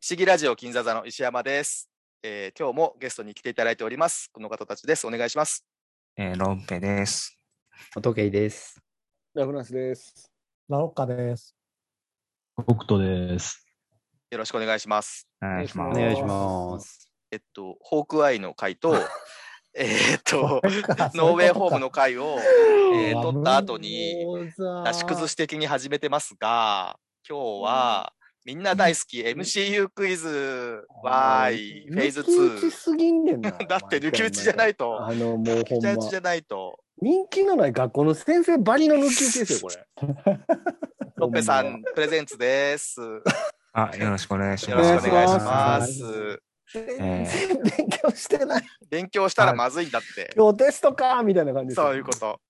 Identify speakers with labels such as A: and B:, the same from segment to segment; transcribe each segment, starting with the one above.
A: 市議ラジオ金座座の石山です、えー今日もゲストに来ていただいております。この方たちです。お願いします。
B: えー、ロンペです。
C: おとけいです。
D: ラフランスです。
E: ラオッカです。
F: 北斗です。
A: よろしくお願いします。
B: お願いしま
C: お
B: す。
C: 願いします。
A: えっと、ホークアイの回と、 えーっと、ノ
E: ノ
A: ーウェイホームの回を、えー撮った後に、な
E: 出
A: し崩し的に始めてますが、今日は、みんな大好き MCU クイズ、わーい、フェーズ
D: 抜き打ち
A: 2。
D: すぎんねんな。
A: だって抜き打ちじゃないと
D: あの、もうほん
A: じゃ
D: ま。
A: じゃないと、
D: 人気のない学校の先生ばりの抜き打ちですよ、これ。
A: ロッペさんプレゼンツです。よ
B: あ、よろしくお願いし
A: ろ
B: ます。
A: しくお願いし
E: お
A: ま
E: 願い
A: す。
D: 全
B: え
D: 然勉強してない。
A: 勉強したらまずいんだって。
D: 今日テストかみたいな感じですよ。
A: そういうこと。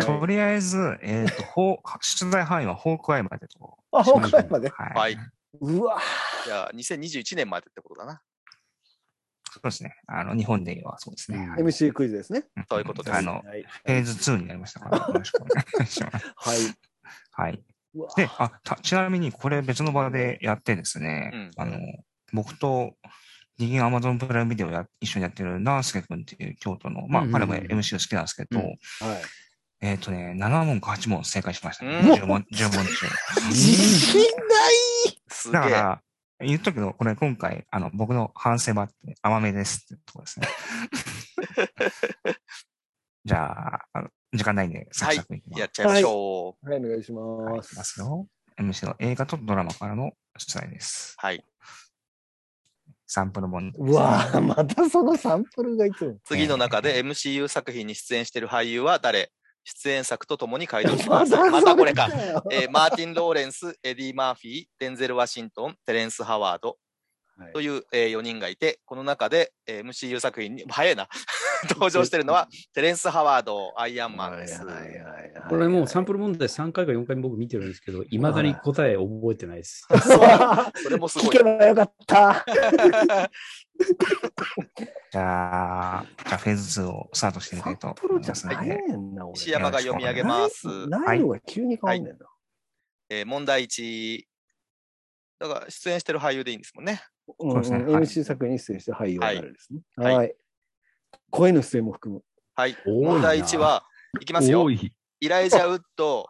B: とりあえず、えっ、と、ほう出題範囲はホークアイまでと。
D: あ、北海まで。
B: は。
A: はいい。
D: うわ
A: じゃあ、2021年までってことだな。
B: そうですね。あの、日本ではそうですね。
C: うん
B: はい
D: MC クイズですね。
B: ん
A: そういうことです
B: あの、
D: はい。
B: フェーズ2になりましたから、よろしくお願いします。
D: はい。
B: はい。
D: うわ
B: で、あ、たちなみに、これ別の場でやってですね、
A: うん
B: あの、僕と、人間アマゾンプライムビデオや一緒にやってるナースケ君っていう京都の、まあ、
C: うんうん
B: 彼も MC 好きなんですけど、
C: うん
D: はい。
B: えっ、とね、7問か8問正解しました、ね。
A: うん
B: 10問、10問中。
D: 自信
A: すげ
B: だか
A: え。
B: ら、言っとくけど、これ今回、あの、僕の反省もあって、甘めですってとこですね。 じゃあ、あの時間ないんで、サクサクいきます。
A: やっちゃいましょう。
D: ない。はい、お願いし
B: はい
D: ま
B: いき
D: す。
B: ますよ。MC の映画とドラマからの出題です。
A: はい。
B: サンプル問題で
D: う
B: す。
D: わぁ、またそのサンプルがいつも。
A: 次の中で MCU 作品に出演している俳優は誰出演作とともに回答してくだ
D: ま
A: さい。
D: た
A: またこれか
D: そ。だよ
A: えーマーティン・ローレンス、エディ・マーフィー、デンゼル・ワシントン、テレンス・ハワード
D: はい
A: という、え4人がいて、この中で、えー MCU 作品に、早いな、 登場しているのは、テレンス・ハワード、アイアンマンです。
D: はいはいはいはい
C: これもうサンプル問題3回か4回僕見てるんですけど、いまだに答え覚えてないです。
A: それもす
D: 聞
A: ご
D: け
A: い。
D: ばよかった。
B: じゃあ、じゃあフェーズ2をスタートしてみたいと
D: プロ
B: 思い
D: じ
B: ま
D: ゃ
B: すの
D: ない
B: で、
D: ねんな、俺。
A: 石山が読み上げます。
D: 内容が急に変わんねんな。
A: えー問題1。だから、出演している俳優でいいんですもんね。
D: うん
B: そうですね
D: うん
B: はい
D: MC 作品に出演して俳優になるですね。
A: はい
D: はい。声の出演も含む。
A: はい。
C: 多いな
A: 問題1は、いきますよ
F: 多。い。
A: イライジャ・ウッド、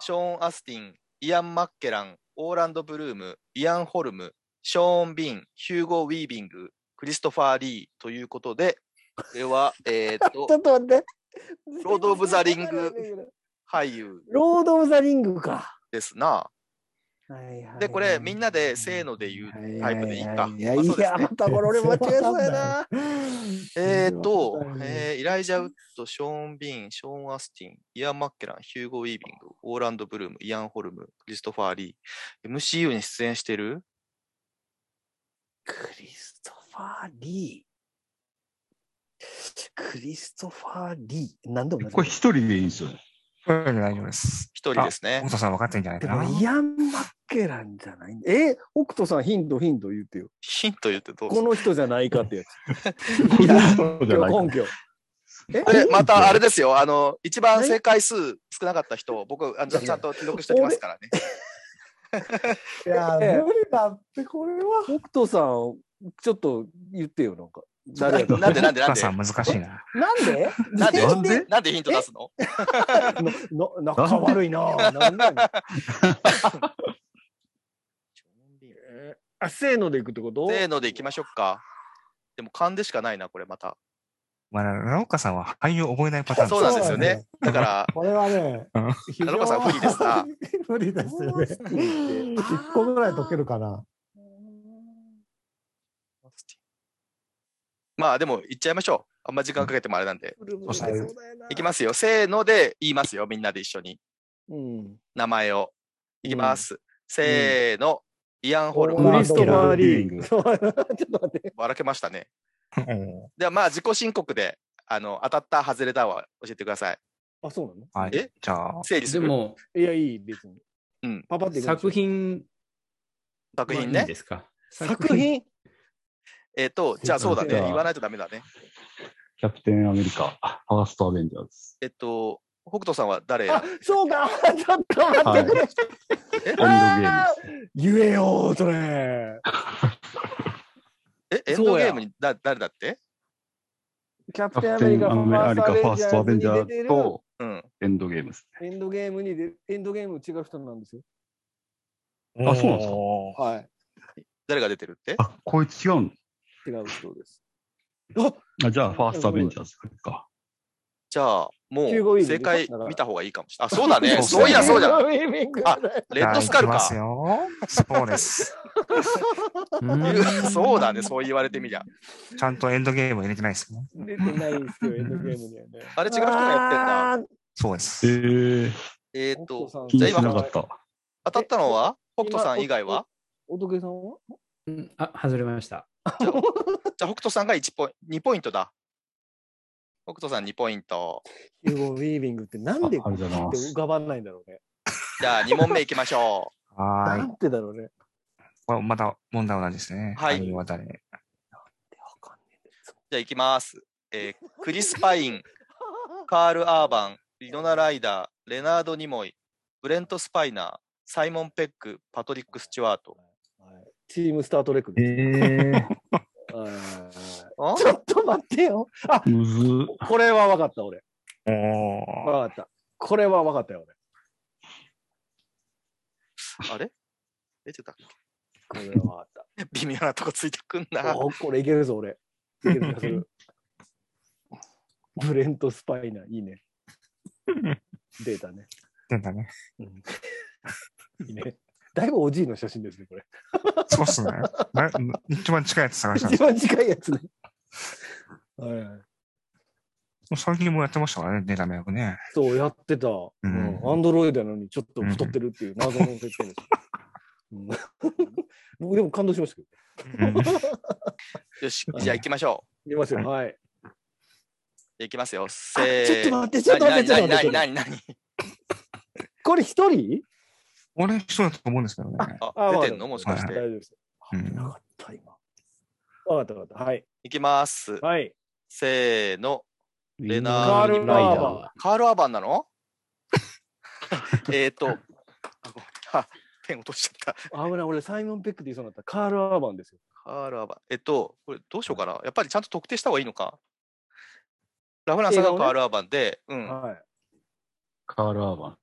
A: ショーン・アスティン、イアン・マッケラン、オーランド・ブルーム、イアン・ホルム、ショーン・ビン、ヒューゴ・ウィービング、クリストファー・リーということで、これは、えーっ
D: ち ょ
A: と、
D: っと待って。
A: ロードオブザリング。俳優
D: ロード・オブ・ザ・リングか。
A: ですな。
D: はいはい
A: で、これ、みんなでせーので言うタイプでいいか。
D: いや
A: まあ
D: い
A: そうです
D: や、
A: ね
D: またこれ俺間違えそうやな。
A: えーっと
D: わかん、ない
A: えーイライジャ・ウッド、ショーン・ビン、ショーン・アスティン、イアン・マッケラン、ヒューゴ・ウィービング、オーランド・ブルーム、イアン・ホルム、クリストファー・リー、MCU に出演してる
D: クリストファー・リー。クリストファー・リー。何でもない
F: これ一人でいいんですよね。
B: これで大丈夫です。
A: 一人ですね
B: 本。当さん分かってんじゃない
D: で
B: かな
D: も。イアン・マッケランじゃないんだえ、北斗さん、ヒント、ヒント言ってよ。
A: ヒント言ってどう
D: この人じゃないかってや
F: この人
D: つ。
F: じゃない
D: 根拠。え
A: これまたあれですよ、あの、一番
D: はい
A: 正解数少なかった人、僕、あのちゃんちゃんと記録しておきますからね。
E: いや、無理だって、これは。
D: 北斗さん、ちょっと言ってよ、なんか。誰やと
A: なんでなんでなん
B: 母
A: で
B: さん難しいな。
D: なんで
A: なんで
F: なんで
A: なんでヒント出すの
D: のの仲悪いなぁ。な んなん やあ、せーのでいくってこと
A: せーのでいきましょうか。でも勘でしかないな、これまた。
B: まあ、ラオカさんは俳優を覚えないパターン
A: そうなんですよね。だから、
E: これはね
B: うん、
A: 田中さん無理ですな。
E: 無理ですよね。1個ぐらい解けるかな。
A: まあでも、いっちゃいましょう。あんま時間かけてもあれなんで。
D: うん
B: そうですね
A: いきますよ。せーので言いますよ、みんなで一緒に。
D: うん。
A: 名前を。いきます。せーの。イアン・ホル
E: オー
A: ム
D: ク
E: ラン
D: リ
E: ド
D: ストファーリ
F: ブル
D: ー。
F: ー
D: そう ちょっと待って。
A: ばらけましたね。
B: うん
A: ではまあ自己申告であの当たった外れたは教えてください。
D: あ、そうなの
B: はい。
A: え
B: じゃあ、
A: 整理す
C: で
A: る
C: も、
D: いや、いい、別に。
A: うん
D: パパっていきましょう
C: 作。品、
A: 作品
C: まあい
A: ね
C: い。ですか。
D: 作品
A: えっ、と、じゃあそうだね。
F: そうだね
A: 言わないとダメだね。
F: キャプテンアメリカ、ファーストアベンジャーズ。
A: えっと、北斗さんは誰
D: あ、そうか、ちょっと待ってくれ。
F: ンドゲーム。
D: 言えよ、それ。
A: え、エン
D: そ
A: ド
D: うや
A: ゲームにだ誰だって
D: キャ
F: キ
D: プテン
F: ャ
D: ア
F: プ
D: メ
F: テ
D: リカ、
F: ンアメリカ、ファーストアベンジャ
D: に出て
F: ー
D: る
F: と
A: うん。
F: エンドゲームです。
D: エンドゲームに出エンドゲーム違う人なんですよ。
F: あそうなんですか
D: はい。
A: 誰が出てるって
F: あ、こいつ違うん
D: 違う人です。
F: あじゃあ、ファーストアベンジャーズか。
A: じゃあ、も
D: 15ウィーク
A: う
D: でしょ
A: 正解
D: だから
A: 見た方がいいかもしれない。あ、そうだね。
B: そ
A: そう
B: う
A: い
B: だ
A: や、
B: ね
A: そうじゃん。
D: ウィーミング
A: あレッドスカル
B: じゃあ行きま
A: か
B: す。よ。そうです。
A: いう そうだね、そう言われてみりゃ。
B: ちゃんとエンドゲーム入れてないですね。
D: 出てないんですよ、エンドゲームにはね。
A: あれ違う人がやってんだ。
D: んだ。
B: そうで
F: え
B: す。
F: ー、
A: えーっと、
F: 気
A: じゃ
F: に
A: あ
F: し
A: 今
F: なかった。
A: 当たったのは北斗さん以外は
D: おとけさんは
C: うんあ、外れました。
A: じゃあ北斗さんが1ポイント、2ポイントだ。北斗さん2ポイント。
D: ヒューゴ・ウィービングってなんで
F: あありがとうございます
D: 浮かばないんだろうね。
A: じゃあ2問目いきましょ
B: は
D: な
B: ーい。
D: んてだろうね。
B: これまた問題は同じですね。
A: はい
B: あは誰
D: わかんね
A: う。じゃあいきます。えークリス・パイン、カール・アーバン、リノナ・ライダー、レナード・ニモイ、ブレント・スパイナー、サイモン・ペック、パトリック・スチュワート。
D: え。はいチームスタートレック
F: え
D: です。
F: ー、
D: はい
A: あ
D: ちょっと待ってよ。あ、
F: むずっ。
D: これはわかった、俺。
B: おー。
D: わかった。これはわかったよ、俺。
A: あれ出てたっ
D: これはわかっ
A: け微妙なとこついてくん
D: た。
A: な。
D: おこれいけるぞ、俺。いける気がする。ブレント・スパイナー、いいね。データね。
B: 出たね。
D: いいね。だいぶおじいの写真ですね、これ。
B: そうっすね。な一番近いやつ探したんで
D: 一
B: すよ
D: 番近いやつね。はいはい。
B: 最近もやってましたからね、データの役 ね。
D: そう、やってた。うんん。アンドロイドなのにちょっと太ってるっていう謎の設定です。うん、 僕でも感動しましたけど。
B: うん
A: よし、じゃあ行きましょ
D: いきますよ。はい。
A: う。行きますよ。
D: あ
A: せ
D: ちょっ
A: ー
D: と待って、ちょっと待って、ちょっと待
A: 何何
D: って。ちょっと待って
A: 何何
D: これ一人
B: 俺一人だと思うんですけどね。
A: あ、出てんのもしかし
D: 大
A: て。
D: 丈夫です。
B: うん
D: 危なかった、今。わかった、わかった。はい。
A: いきます。
D: はい。
A: せーの。レ
D: カ
A: ナ
D: ー
A: ード・
D: ル・
A: ニ
D: バ
A: モイ
D: ー
A: だ。
D: バ
A: カール・アーバンな のえっと、あごめんあ、ペン落としちゃった。
D: ー。危ない、俺、サイモン・ペックで言いそうになった。カール・アーバンですよ。
A: カール・アーバン。えっと、これどうしようかな。やっぱりちゃんと特定した方がいいのか。ラフランさんがカール・アーバンで、うん。
D: はい。
F: カール・アーバン。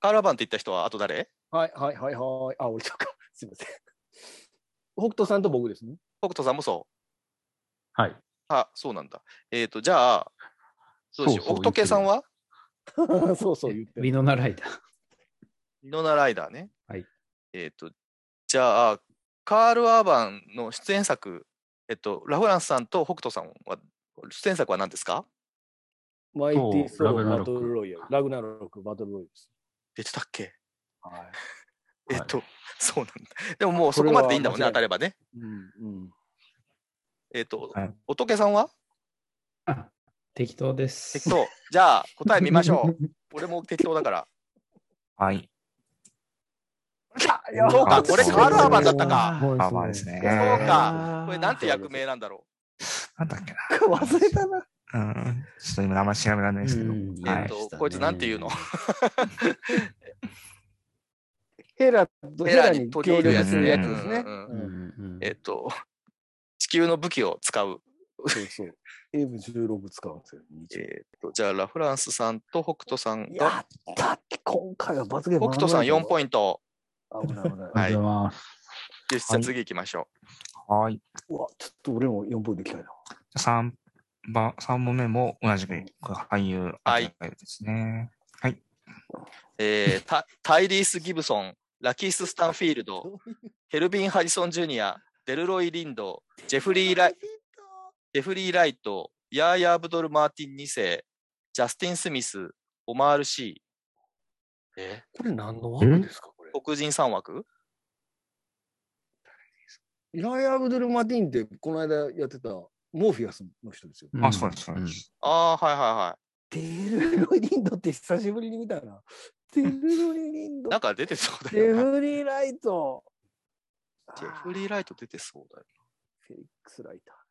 A: カール・アーバンって言った人は、あと誰
D: はい、はい、はい、はい。あ、俺ちゃうか。 すいません。北斗さんと僕ですね。
A: 北斗さんもそう。
F: はい。
A: あ、そうなんだ。えっ、と、じゃあ、そうしよう。
F: そうそう
A: 北斗系さんは
D: そうそう、言って
C: ウィノナライダー。
A: リノナライダーね。
C: はい。
A: えっ、と、じゃあ、カール・アーバンの出演作、えっと、ラフランスさんと北斗さんは、出演作は何ですか
D: マイティー・ソ
F: そうラグ
D: ー・
F: ナ
D: バ
F: ロク
D: トル・ロイヤル。ラグナロク・バトル・ロイヤルです。
A: 出てたっけ
D: は
A: えっ
F: はい
A: と、そうなんだ。でももうそ
D: こ
A: こ
D: れは
A: まででいいんだもんね、
D: 間
A: 当
D: 違い
A: たればね。
D: い。うん、うん。
A: えっと
B: はい、
A: 仏さんは
C: あ適当です。
A: 適当。じゃあ、答え見ましょう。俺も適当だから。
B: はい。
D: や
A: そうか、
B: あ
A: これ
B: そう
A: カール・アーバンだったか。
E: そう
B: パーマーですね。
A: そうか
C: あ。ー
A: これなんて役名なんだろ
B: なんだっけ
D: 忘れたな。
B: な。うん。ちょっと今名前調べられないですけど。
A: う。
B: はい
A: えっと、こいつなんて言うの
D: ヘラと
A: ヘラに取り入るやつ
B: 協力する
A: ね
B: やつ
D: ですね。
A: うんうんうん
C: うんうん
A: えっと、地球の武器を使う。
D: そうそう。M16 使うんですよ。
A: えっと、じゃあ、ラフランスさんと北斗さん
D: い
A: が、
D: やだって今回は罰ゲーム
A: 北斗さん4ポ
D: イ
A: イント。
D: ント。危ない危ない。
F: ありがとうございます。
A: よし、じゃあ次行きましょ
B: はい。じ
D: うわ、ちょっと俺も4ポイントいきたいな。
B: ゃあ三番、三問目も同じく、これ俳優、
A: はい
B: ですね。
A: う。えータ タイリース・ギブソン、ラキース・スタンフィール ド、ヘルビン・ハリソン・ジュニア、デルロイ・リンド、ジェフリー・ライジェフリーライト、ヤーヤー・アブドル・マーティン2世、ジャスティン・スミス、オマール・シー。え
D: これ何の枠ですかこれ。
A: ー黒人3枠
D: ライアブドゥル・マティンってこの間やってたモーフィアスの人ですよ。
B: あ、そうです、そうです。
A: ああ、はいはいは
D: デルロイ・リンドって久しぶりに見たな。デルロイ・リン
A: い。
D: ド
A: なん。か出てそうだ
D: ジェ
A: よな。
D: フリー・ライト。
A: ジェフリー・ライト出てそうだよ。
D: フェリックス・ライター。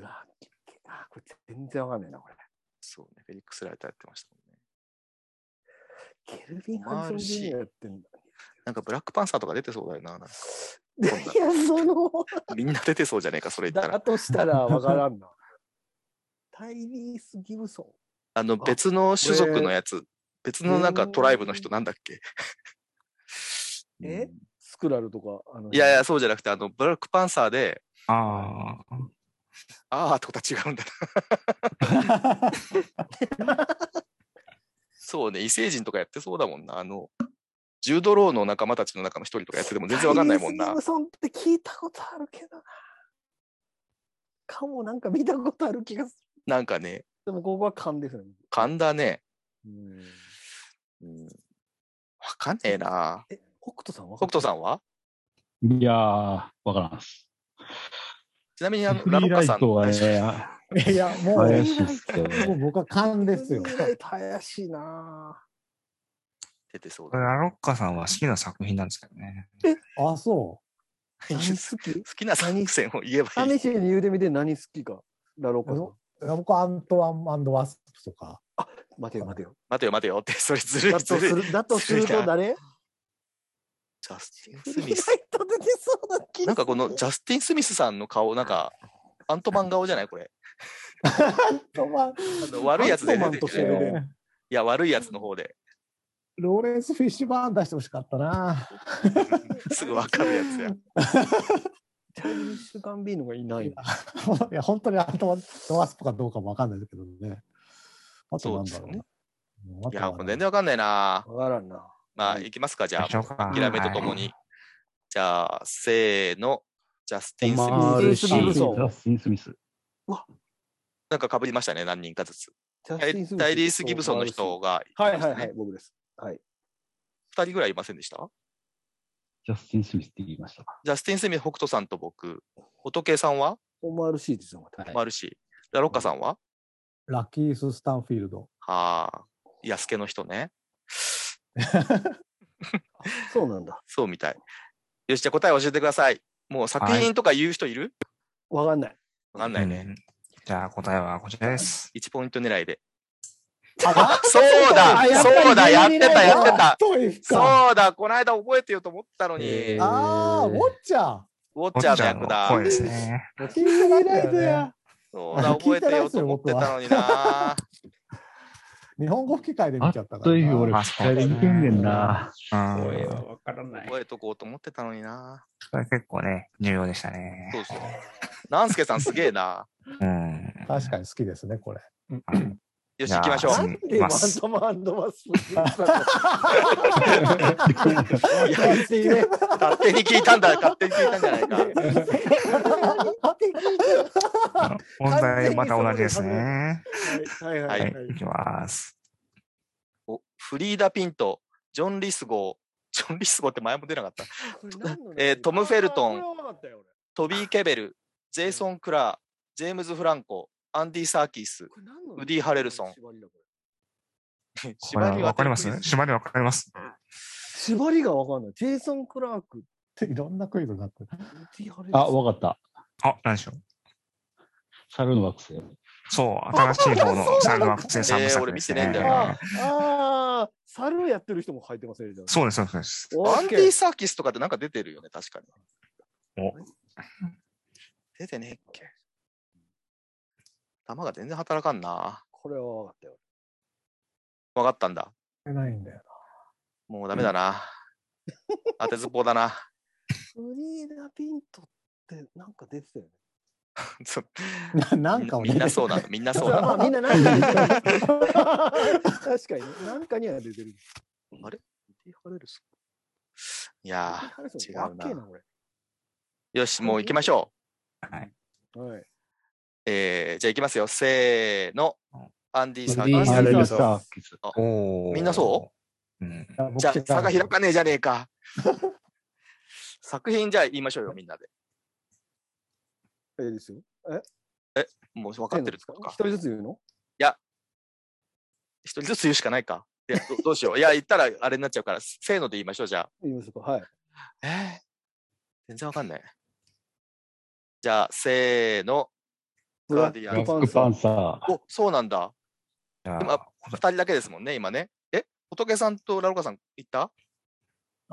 D: ラッキー。あ、これ全然わかんないな、これ。
A: そうね、フェリックス・ライターやってましたもんね。
D: ケルビン・ハリソン・ジュニアやってんだ。
A: なんかブラックパンサーとか出てそうだよな。なんか
D: いや、その、
A: みんな出てそうじゃねえか、それ 言ったら
D: だ。としたらわからんな。 タイリース・ギブソ
A: あの、別の種族のやつ、別のなんかトライブの人なんだっけ
D: ン。えスクラルとか。あの
A: いやいや、、そうじゃなくて、あの、ブラックパンサーで、
B: ああ。
A: あーってことは違うんだな。 そうね、異星人とかやってそうだもんな。あの、ジュードローの仲間たちの中の一人とかやってても全然わかんないもん
D: タイ
A: な
D: リース・ギブ。ソンって聞いたことあるけどな。かもなんか見たことある気がする。
A: なんかね、
D: でもここは勘ですね。
A: 勘だね。
D: うん
A: うんわかんねえな。
D: え、北斗さんわか
A: 北
D: る
A: 斗さんはい
F: やー、わからんっす。
A: ちなみにあの、
F: フ
A: ラ
F: リ
A: ロ
F: ー
A: カ
F: ライ
A: さん。
F: トはね、
E: いや、もう、
F: 怪しいっすけど
E: もう
F: ね。
E: 僕は勘ですよ。
D: 意外と怪しいな
A: 出てそう
B: こ
A: だ
B: れ、ラロッカさんは好きな作品なんですけどね。
E: あ、そ
A: 好
D: 何好き
A: きな三線を言えばい
D: 試
A: い。
D: しに言うてみて何好きか。ラロカさん
E: う。僕はアントワンワスプとか。
D: 待てよ待てよ。
A: 待てよ待てよって、それずる
D: だ
A: いず
D: と
A: る
D: す
A: い。
D: るだとすると誰
A: ジャスティン・
D: フ
A: ス
D: リ
A: ミ
D: ー
A: ス
D: ラ。イト出てそうな気がする
A: なんかこのジャスティン・スミスさんの顔、なんか、アントマン顔じゃないこれ。
E: アントマン、
A: あの悪いやつで
D: ア
A: 出
D: ントマン
A: て
D: と
A: き
D: して
A: て
D: る
A: る。
D: ね
E: え
A: いや、悪いやつの方で、
E: ローレンス・フィッシュバーン出してほしかったな。
A: すぐわかるやつや。
D: チャイリッシュ・ガンビーノがいないな。
E: いや、本当にアントワンワスプかどうかもわかんないですけどね。あとなんだろうな。うんあ
A: い
E: と
A: や、
E: は
A: もう全然わかんないな。
D: わからんな。
A: まあ、行きますか、じゃ
B: 行
A: あ、
B: きましょうか
A: 諦めとともに。じゃあ、せーの、ジャスティン・スミ
F: オ
A: ス。
F: マールシー
D: ジャスティンスミス
F: ジャスティン・スミス。
A: なんか被りましたね、何人かずつ。
D: ジャス
A: タ
D: テ
A: イ
D: ィンスミス
A: タイリース・ギブソンの人。が、
D: はいはいはい、僕です。はい。
A: 2人ぐらいいませんでした
F: ジャスティン・スミスって言いました。
A: ジャスティン・スミス、北斗さんと僕、仏さんは
D: オマール・シーですよ、また。
A: マルシー。ラロッカさんは
E: ラッキース・スタンフィー ルド。
A: はあ、安助の人ね。
D: そうなんだ。
A: そうみたい。よし、じゃあ答え教えてください。もう作
B: は
A: 品とか言う人いる
D: わかんない。
A: わかんないね。
B: うん。じゃあ答えはこちらです。
A: 1ポイント狙いで。そうだそうだやってたやってた
E: トイフか。
A: そうだこの間覚えてよと思ったのに、
F: えー
E: ああ、ウォッチャー。
A: ウォッチャーの役
B: ウォッチャ
A: だ
B: ーの。声ですね。
E: キングライトや。
A: そうだ、覚えてよと思ってたの にな。
E: 日本語吹き替えで見ちゃったからな。
F: という俺、
B: あ
F: 吹き替えで見てんねんな。
B: うん。
C: これ
B: こ
C: はわからない。
A: 覚えとこうと思ってたのにな。
B: れ結構ね、重要でした
A: そ
B: ね。
A: うそう。なんすけさんすげえな。
B: うん。
E: 確かに好きですね、これ。
A: よし、行きましょ
B: じゃあ
A: う。
D: なんでマントマンドマス。い や、言って言え。
A: 勝手に聞いたんだ、勝手に聞いたんじゃないか。
B: 問題また同じですね。
D: はいは
A: はい
D: は
B: はい
D: いは、
B: い
D: い。
B: きます。
A: おフリーダ・ピント、ジョン・リスゴー、ジョン・リスゴーって前も出なかった。えートム・フェルトン、トビー・ケベル、ジェイソン・クラー、ジェームズ・フランコ、アンディ・サーキース。ウディハレルソン
B: これはわかりま
A: 縛
B: す
A: りはクイズ
B: 縛りわかります
D: 縛りがわかんない。ジェイソン・クラーク、ウ
E: いろんなクイズになってる。
D: ディハレルソン。
F: あ、わかった。
B: あ、何でしょう。
F: 猿の惑星。
B: そう、新しい方のサル惑星三部
A: えー
B: 作
A: 俺
B: で
A: 見
B: す
A: てねえん
B: ね
A: だ。よ
D: ああー、猿やってる人も入ってますね。じゃあ
B: そうです、そうです。
A: アンディ・
D: オッケー
A: サーキスとかってなんか出てるよね、確かに。
B: お
A: 出てねえっけ。弾が全然働かんな。
D: これは分かったよ。
A: 分かったんだ。
E: ないんだよ
A: もうダメだな。当てずっぽうだ な。
D: フリーダ・ピントってなんか出てたよね。
A: そう
E: な。ななんかをね
A: みんなそうなの、みんなそうな の。
D: あみんななんかに 確かにね、なんかには出てる。
A: あれディハレルソンいや
D: ハレルソン
A: 違うな
D: わっけえな、こ
A: ー、よし、もう行きましょう。
D: れ。はい。
A: えー、じゃあ行きますよ。せーの。アンディ・サーキ
D: アンディ
A: ス。
D: サーキス
F: サーキス。
B: お
A: みんなそう
B: うん。
E: 僕
A: じゃあ
E: 違う
A: 差が開かねえじゃねえか。作品じゃあ言いましょうよ、みんなで。
D: ええですよ。
A: もう分かってるってこと
D: 一
A: か。
D: 人ずつ言うの
A: 一人ずつ言うしかないか。でど どうしよう。いや、言ったらあれになっちゃうから、せーので言いましょう、じゃ
D: 言いましょうか。はい。
A: あ。えー、全然わかんない。じゃあ、せーの。ガーディアン
F: ブラックパンサー。
A: お、そうなんだ。
B: じゃあ、
A: でもあ2人だけですもんね、今ね。え仏さんとラロカさん行った
E: あ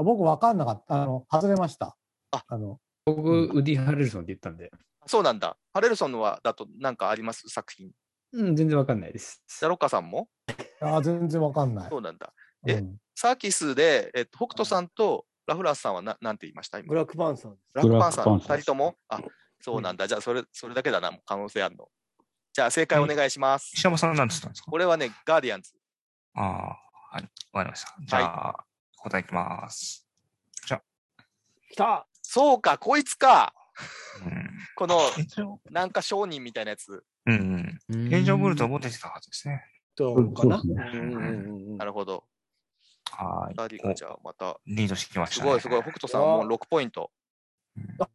E: 僕分かんなかった。あの、外れました。
A: あ
E: あの、
C: 僕、ウディ・ハレルソンって言ったんで、
A: そうなんだ。ハレルソンのはだと何かあります作品。
C: うん、全然わかんないです。
A: ラロカさんも
E: あー全然分かんない。
A: そうなんだ。え
E: うん
A: サーキスで、えっと、北斗さんとラフランスさんはななんて言いました今
D: ブラックパンサーです。
A: ブラックパンサーの
F: ブラックパンサー
A: 2人ともあそうなんだ。じゃあそれ、それだけだな。もう可能性あるの。じゃあ正解お願いします。
B: 石山さんなんつったんですか
A: 俺はね、ガーディアンズ。
B: ああ、はい。わかりました。じゃあ、答えいきます。
D: 来た
A: そうか、こいつか。
B: うん
A: この、
F: 一応
A: なんか商人みたいなやつ。。
B: うん、うん。現状ボルトも出てたはずですね。
D: ど
F: そう
D: うか
F: で
D: な
F: すね。
D: うんうんうんうん
A: なるほど。
B: はい。
A: ガーディ
B: お
A: がじゃあまた。
B: リードしてきまし
A: す
B: たね。
A: ごいすごい。北斗さんもう6ポイント。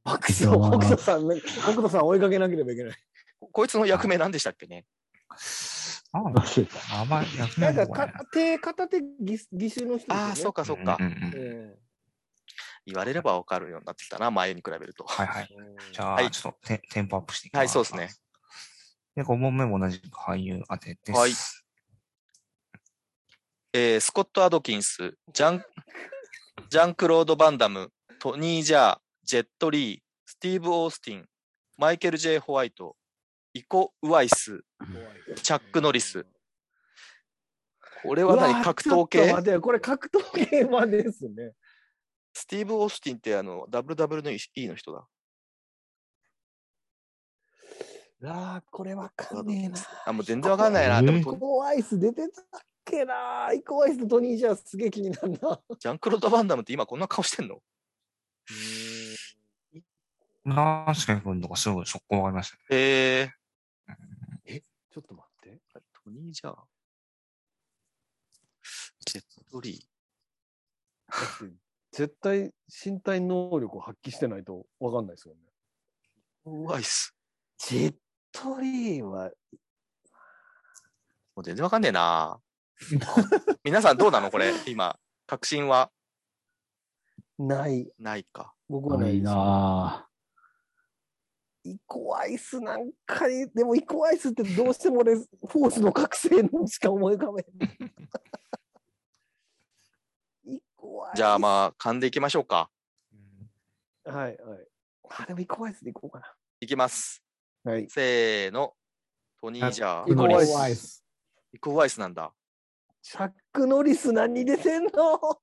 D: あくそ北斗さん、北斗さん追いかけなければいけない。
A: ここいつの役目何でしたっけね
B: なんだ
F: 忘れた。
B: あんまり役目
D: な
B: も
D: んか
B: 覚えない
D: 片手、片手義義手の人ですよね。
A: ああ、そうかそうか
B: う。んうんうん
D: え
A: 言われれば分かるようになってきたな、前に比べると。
B: はいはい。
D: え。
B: じゃ
A: は
B: あ、
A: い
B: ちょっとテンテンポアップしていきます。
A: はいそうですね。
B: で、5問目も同じく俳優当てです。
A: はいえースコット・アドキンス、ジャン、ジャンクロード・バンダム、トニー・ジャー、ジェット・リー、スティーブ・オースティン、マイケル・ J ・ホワイト、イコ・ウワイス、チャック・ノリス。これ
D: う
A: は
D: わ
A: 何格闘系
D: ちょっと待ってこれ格闘系はです ね。
A: スティーブ・オースティンってあの、WWE の人だ。
D: ああ、これわかんねえな。
A: あ、もう全然わかんないな。でも
F: えー
A: ト
D: イコアイス出てたっけなイコアイスとトニージャーすげえ気になる な。
A: ジャンクロード・バンダムって今こんな顔してんの
B: ナースケ君とかすごい速攻わかりましたね。
A: えー、
D: ちょっと待って。
A: トニー・ジャー、ジェット・リー。
D: だって絶対身体能力を発揮してないとわかんないですよね。
A: うわいっす。
D: ジェットリー
A: も
D: は、
A: う全然わかんねえな皆さんどうなのこれ、今。確信は
D: ない。
A: ないか。
D: 僕はな
F: 怖
D: い
F: い
D: ですイコアイスな
F: な
D: んかに、でもイコアイスってどうしても俺、 フォースの覚醒のしか思い浮かべない。イコアイス。
A: じゃあまあ、噛んでいきましょうか。
D: あ。はいはい。あ、でもイコアイスでいこうか
A: いきます。
D: な。はい。
A: せーの。トニー・ジャ
D: イ
A: ー。
D: コアイス
E: 怖いっす
A: イコ・ウワイスなんだ。
D: チャック・ノリス何出てんの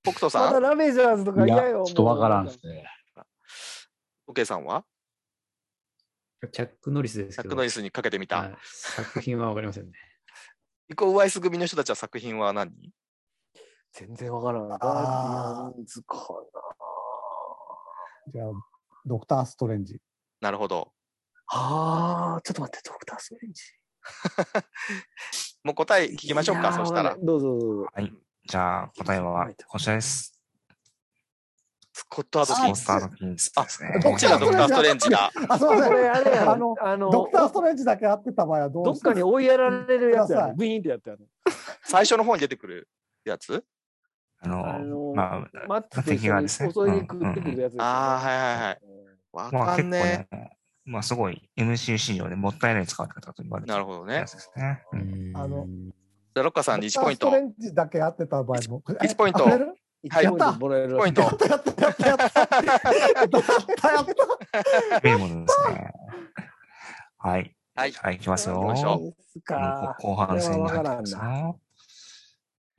A: 北斗さ
D: まだ
A: ん、
D: ラベジャーズとか
F: いや
D: 嫌、
F: ち
D: よ。
F: ょっとわからんですね。
A: オケさんは
C: チャック・ノリスです
A: ジャ
C: け
A: ック・
C: ど
A: ノリスにかけてみ
C: は
A: た。
C: い作品はわかりませんね。
A: イコ・ウワイス組の人たちは作品は何
D: 全然わからん。ガーディアンズか
E: じゃあ、ドクター・ストレンジ。
A: なるほど。
D: な。はあ、ちょっと待って、ドクター・ストレンジ。
A: もう答え聞きましょう
D: いや
A: か。
D: ー
A: そした
D: わ
A: ら
D: かん。ないどうぞどうぞ。
B: じゃあ、答えはこちらです。
A: スコット・アド
B: ス
A: キ
B: ポ
A: ン
B: ン
A: ス。
B: サーの金ですね。
A: こっちがドクター・ストレンジだ。
E: あ、すいませ
D: これ
E: ん。
D: あれや
E: あ
D: ろ
E: の
D: あの
E: ドクター・ストレンジだけ合ってた場合はどう
D: どっかに追いやられるやつや
E: くださ
D: ろ
E: い
D: ブイーンってやってやる。
A: 最初の方に出てくるやつ
B: あの、
D: あの
B: ま
D: マッツと一
B: 敵
D: 緒
B: が
D: に
B: ですね
D: 襲いに食ってくるやつですよね。
A: ああ、はいはいはい。
D: い。
A: わ
B: あ、まあ
A: か
B: 結構
A: んねえ。
B: ね、まあすごい MCU 市場でもったいない使われ方と言われて
A: なる
B: ほ
A: ほど
B: ど
A: ね
B: やつ。ですね。うん
E: あの
A: じゃあロッカさんに1ポイント
E: ドクターストレ。ンジだけ合ってた場合も。
A: 一一ポイント
E: あくれる
A: はい
D: 1ポイントもらえる
A: ポイント。
E: やったやったやった。やったやった。
B: 名物ですね。はい。
A: はい
B: じゃあ、いきますよ。
A: 行きましょう
D: うか。
B: 後半戦に入ってます
D: これはわからんな
B: よ。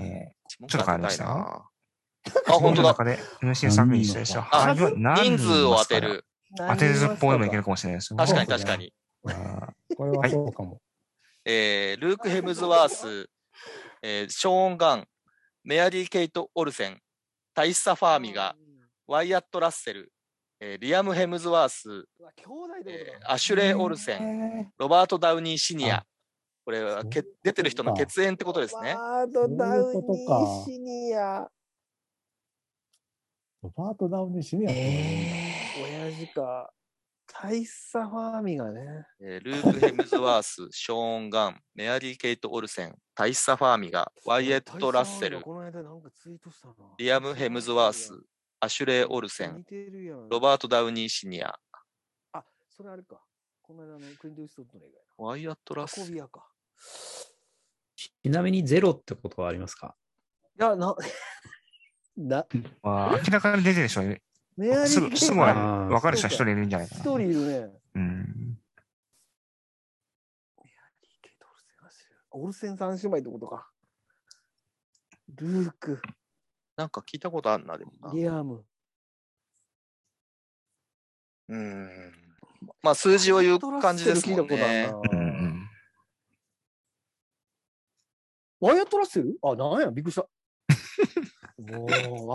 B: え
A: ちょ
B: ちょっと変えました
A: あ、
B: ー、
A: 本当だ
B: こ。の中で MC 作品にしてる人、
A: あ
B: 俳優は何
A: 人
B: 人
A: 数を当てる。
B: ます かね。当てずっぽいのもいけるかもしれないですよ。
A: 確かに
E: そう
A: 確
E: ですね
A: かに。
B: うん
E: これはそうかも。
A: えー、ルーク・ヘムズワース、えー、ショーン・ガン、メアリー・ケイト・オルセン、タイッサ・ファーミガ、ワイアット・ラッセル、えーリアム・ヘムズワース、
D: うわ。兄弟って
A: え
D: こと
A: ーアシュレイ・オルセン、
E: え
A: ロバート・ダウニー・シニア
E: あ。
A: これはけ出てる人の血縁ってことですね。
D: ワードダウニーシニア。
E: ーロバート・ダウニー・シニアって言われるんだ。
D: 親父か。大佐ファーミがね。
A: えールーク・ヘムズワース、ショーン・ガン、メアリー・ケイト・オルセン、タイッサ・ファーミガ、ワイアット・ラッセル
D: こ、の間なんかツイートしたな。
A: リアム・ヘムズワース、アシュレイ・オルセン
D: 似、てるやん。
A: ロバート・ダウニー・シニア、
D: あ、それあれか。この間のクリント・イーストウッドの映画や
A: ワイアット・
D: な。
A: ラッ
D: 運
A: セ
D: び
A: ル、
D: 屋か。
C: ちなみにゼロってことはありますか
D: や、な、 な、
B: まあ、明らかに出てる人はね
D: メアリ
B: す
D: ー・
B: ぐ、
D: ケイ
B: すぐ
D: が
B: は分かる人は一人いるんじゃない
D: 一
B: か
D: 人
B: な。
D: いるね。
B: うん。
D: オルセン三姉妹ってことか。ルーク、
A: なんか聞いたことあるな、でもな。
D: リアム。
A: うーん。まあ、数字を言う感じですもんね。
B: うんうん。
D: ワイアットラッセルあ、なんや、びっくりした。 も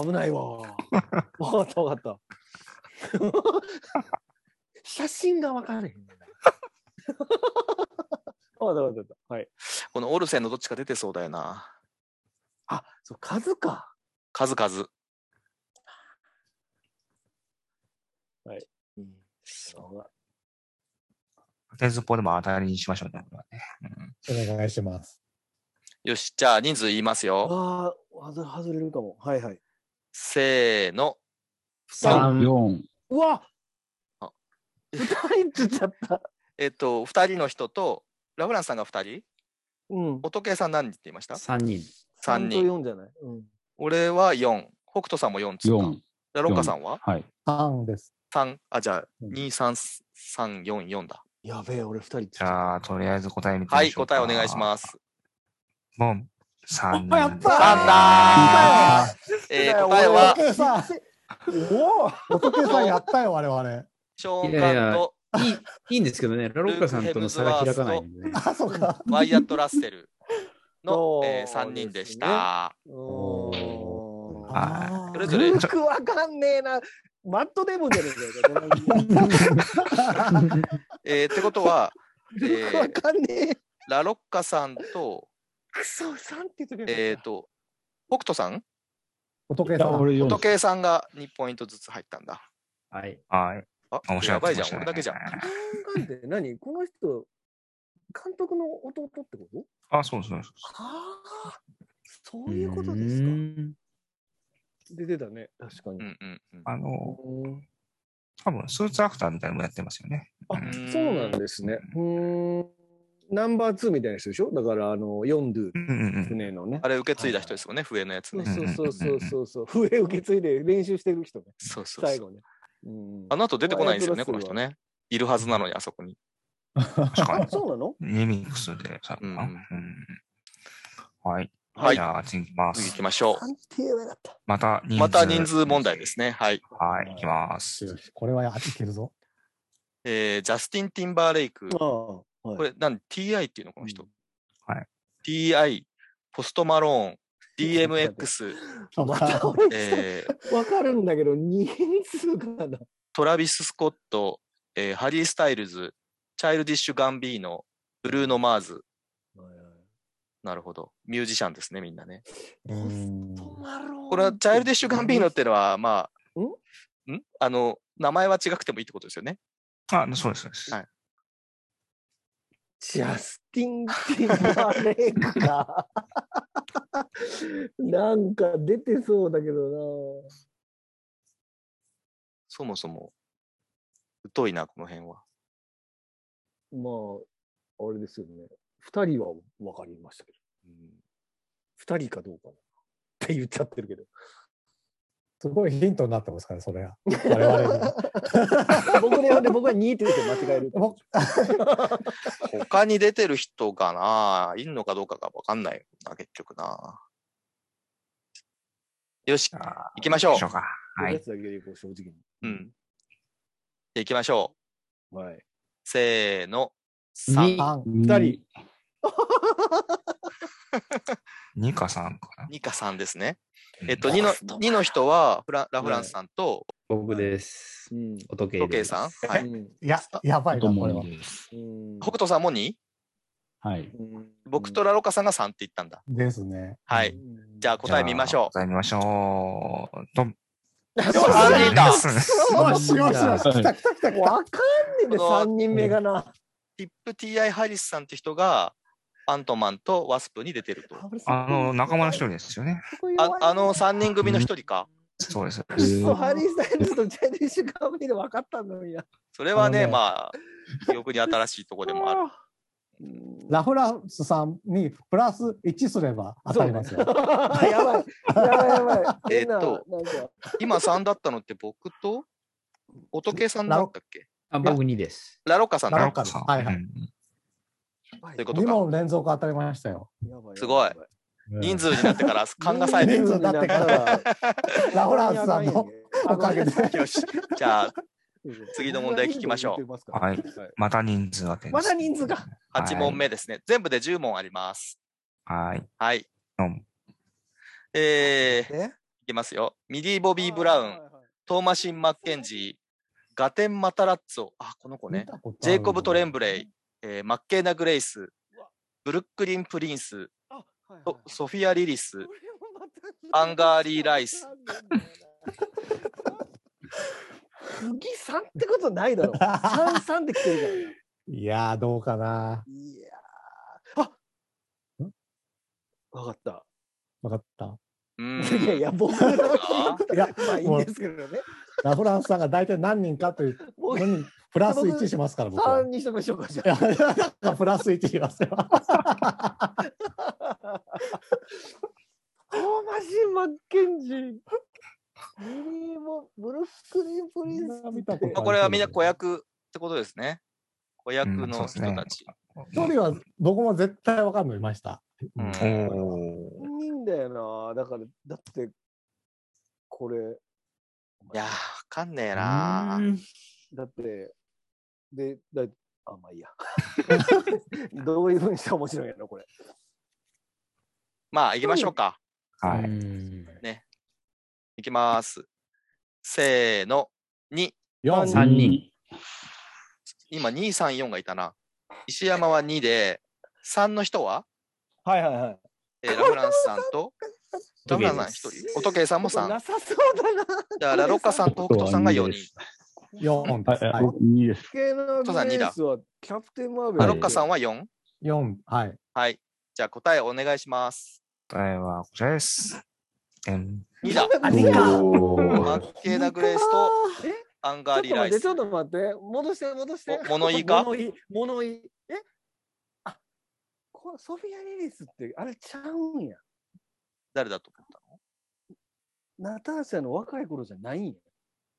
D: う、危ないわ。わかった、わかった。 写真がわからへんねんな。 わかった、わかったわかった。はい。
A: このオルセンのどっちか出てそうだよな。
D: あ、そう、数か。
A: 数々。
D: うん。そうだ
B: 手ずっぽでも当たりにしましょうね。これはね
E: お願いします。
A: よし、じゃあ人数言いますよ。
D: ああ、外外れるかも。はいはい。
A: せーの。
D: 三
C: 三
F: 4。
D: うわ
A: あ
D: 二人つっちゃった。
A: えっと、2人の人と、ラフランスさんが2人
D: うん。
A: 乙計さん何人って言いました
C: 三人。
A: ?3
D: 三
A: 人。
D: と4じゃない。うん。
A: 俺は4。北斗さんも4つうか。
F: 4。
A: じゃあロッカさんは
F: はい。
E: 3です。
A: ?3。あ、じゃあ、
E: うん
A: 2、3、3、4、4だ。
D: やべえ、俺二人つっち
B: じ
D: ゃっ
B: ゃあ、とりあえず答え見てみま
A: はい、
B: しょう
A: 答えお願いし
B: す。
A: ます。
B: ボン。3
D: あやった
A: ーあえー、答えは、
E: 仏さん、
D: た。おお
E: 仏さんやったよ、我々。
A: ショーン・
C: いやいや
A: ガンと
C: いい、いいんですけどね、ラロッカさんとの差が開かないんでね。
E: あ、そうか。
A: ワイアット・ラッセルの
D: そ、う
A: え3人でした。
D: お
B: は
D: ー
E: あ
A: そ
E: ー
A: れ
D: ル
A: ぞれ、
D: ークわかんねえな。マットデモンじゃね えかよ。
A: えーってこと は、え
D: ルーク
A: ー
D: わかんねえ。
A: ラロッカさんと、
D: くそ、三って言ってく
A: え
D: れ
A: っ、と、北斗さん、
E: 仏
F: い
E: さ
F: や
E: ん。
F: 俺4。
A: 時計さんが2ポイントずつ入ったんだ。
C: はい。
B: はい。
A: あ、
B: 面白
A: や
B: いこ
A: ばい
B: と
A: じ
B: で
A: ゃん、俺
B: したね。
A: だけじゃん。
D: ガンガンって何この人、監督の弟ってこと
B: あ、そうそうそう。
D: ああ、そういうことですか。出てたね、確か
A: う
D: に。
A: んうんうん。
B: あの、
D: うん
B: 多分スーツアクターみたいなのもやってますよね。
D: あ
B: うん
A: ん
D: そうなんですね。うーん。ナンバー2みたいな人でしょだから、あの、ヨンドゥ、
B: うんうん
D: 船のね
A: あ。れ受け継いだ人ですよね、笛のやつ
D: そう
A: ね。
D: そうそうそうそう。笛受け継いで練習してる人ね。
A: そうそう
D: 最
A: そう。
D: 後ね。うん
A: あの後出てこないんですよね、こ
D: ワイ
A: の
D: ル
A: 人
D: ドラッセルは
A: ね。いるはずなのに、あそこに。
B: うん。確か
D: あそうなの
B: に。リミックスでさ、
A: うん
B: うん。はい。
A: はい
B: じゃあ、次行きま
A: 次行
B: す
A: き。ましょう。
D: 判定はなかった。
B: また人数。
A: また人数問題ですね。はい。
B: はい、行きます。
E: よしこれはやいけるぞ。
A: えー、ジャスティン・ティンバーレイク。
D: ああ、はい。
A: これ、なん、TI っていうの、この人。
B: はい。
A: TI、ポストマローン、DMX、
E: あまた
D: これさ、
A: え ー、
D: わかるんだけど、人数がな。
A: トラビス・スコット、えーハリー・スタイルズ、チャイルディッシュ・ガンビーノ、ブルーノ・マーズ。なるほど。ミュージシャンですね、みんなね。
E: うん
A: これは、チャイルディッシュ・ガンビーノっていうのは、まあ、
D: ん
A: んあの、名前は違くてもいいってことですよね。
B: あ、そうです、そうです。
A: はい
D: ジャスティン・ティンバーレイク か。なんか出てそうだけど
A: そもそも、疎いな、この辺は。
D: な。まあ、あれですよね。二人は分かりましたけど。二、人かどうかな。って言っちゃってるけど。
E: すごいヒントになってますから、それは。我々に。
D: 僕で、僕は2って言って間違える。
E: 僕
A: 他に出てる人がな、いんのかどうかがわかんないな、結局な。よし、
B: あー
A: 行きましょう
B: 行き。か。は
D: や
B: い。
D: つだけでこう正直に。
A: うん。行きましょう。
D: はい。
A: せーの。
C: に
A: 3。
E: 三
F: 二
D: 人。
B: 2か3かな。
A: 2か3ですね。えっ
B: う
A: と、
B: ん
A: 2の二の人はフランラフランスさんと
C: 僕です
D: う。ん。
C: お時計
A: 時計
C: です。
A: さん。はい。
E: いや、やばい
F: あ
E: な、
F: と
E: これ
F: も
E: は
F: う。いいです。
D: うん
A: 北斗さんも 2?
F: はい。
A: 僕とラロカさんが3って言ったんだ。
E: ですね。
A: はい。じゃあ答え見ましょ
B: じゃあ答え見ましょう。と、
D: うん。
A: う。3人だ
E: よしよしよし、来た来た来た来た。
D: わかんねえんで、三人目がな。
A: ティップ TI ハリスさんって人がアントマンとワスプに出てると。
B: あの、仲間の一人ですよね。
A: ああの3人組の1人か。
B: そうです。
F: えー
D: そう、ハリー・スタイルズとジェリー・シュカーミで分かったのにな。
A: それはね、
E: あのね
A: まあ、記憶に新しいとこでもある。
D: あー
E: ラフランスさんにプラス1すれば当たります よ。
D: やばい。やばいやばい。
A: えっと
D: 変な、なんか
A: 今3だったのって僕と乙計さんだったっけ
C: あ、僕2です。
A: ラロッカさん
E: ラ
A: だ
E: ロッカ
B: さん
E: はいはい
B: うん
A: ということ
E: 2
A: か。
E: 問連続当たりましたよ。
D: やば
A: すごい
D: やば
A: 人数になってから勘がさえて
E: 人
A: る。
E: 数になってから、ラフランスさんのお かげで。
A: よし。じ ゃあ、次の問題聞きましょう
D: う
B: はいまた人数当て
D: まだ人数が。
A: 8問目ですね。全部で10問あります。
B: はい。
A: はい。
B: どうも
A: えー、い
D: え
A: きますよ。ミディ・ボビー・ブラウン、。トーマシン・マッケンジー、ガテン・マタラッツォ、あ、この子ね。ジェイコブ・トレンブレイ、えーマッケーナ・グレイス、ブルックリン・プリンス、
D: あはいはいはい
A: とソフィア・リリス
D: 俺、もまた
A: アンガーリーライ ス。
D: 次三ってことない だろ。三三で来てるからね。
E: いやー、どうかな。
D: いやー。あわかった。
E: わかった。
A: う ーん
D: いやいや、僕の
A: あ
E: いや、
D: まあいいんですけどね。
E: ラフランスさんが大体何人かという
D: もう
E: のに、プラス1しますから、僕は
D: 三。にしときましょうか、じ
E: い
D: ゃ
E: や、なんかプラス1しますよ。
D: あ。トーマシン・マッケンジー。ミリーもブルックリン・プリンスって。
E: 見たこと
A: まあこれはみんな子役ってことですね。子役
B: うんそ
A: の
B: うで
A: 人
B: すね
A: たち。
E: 一人は僕も絶対わかんないいました。
A: うん
B: おお。
D: いいんだよな。だから、だって、これ、
A: いやー、わかんねえなー。
D: だって、で、だあ、まあい いや。どういうふうにしたら面白いんやろ、これ。
A: まあ、行きましょうか。
B: は
C: う
B: い。
C: ん
A: 行きます。せーの、2。
E: 4
F: 3人。
A: 今、2、3、4がいたな。石山は2で、3の人は、
D: はいはいはい。
A: えーラフランスさん と、ラフランスさん1人、乙計さんも3。
D: なさそうだな。
A: じゃあ、ラロッカさんと北斗さんが4人。
E: 4
F: は、
E: です。はいい
F: 僕2です。
D: 系の
A: 父さん
D: レ
A: 二だ
D: ースはキャプテン・マーベル。
A: ラロッカさ
D: ん。
A: んは 4?
E: 4、はい。
A: はい。じゃあ、答えお願いします。
B: 答えはこちらです。でん
A: 2だ。
D: あ、できた
A: マッケーナ・グレイスとアンガーリー・ライス
D: ち。ょっと待って、ちょっと待って。戻して、戻して。
A: お物言いか
D: 物言い、物言い。えあこソフィア・リリスって、あれちゃうんや。
A: 誰だと思った
D: ナターシャの若い頃じゃないんや。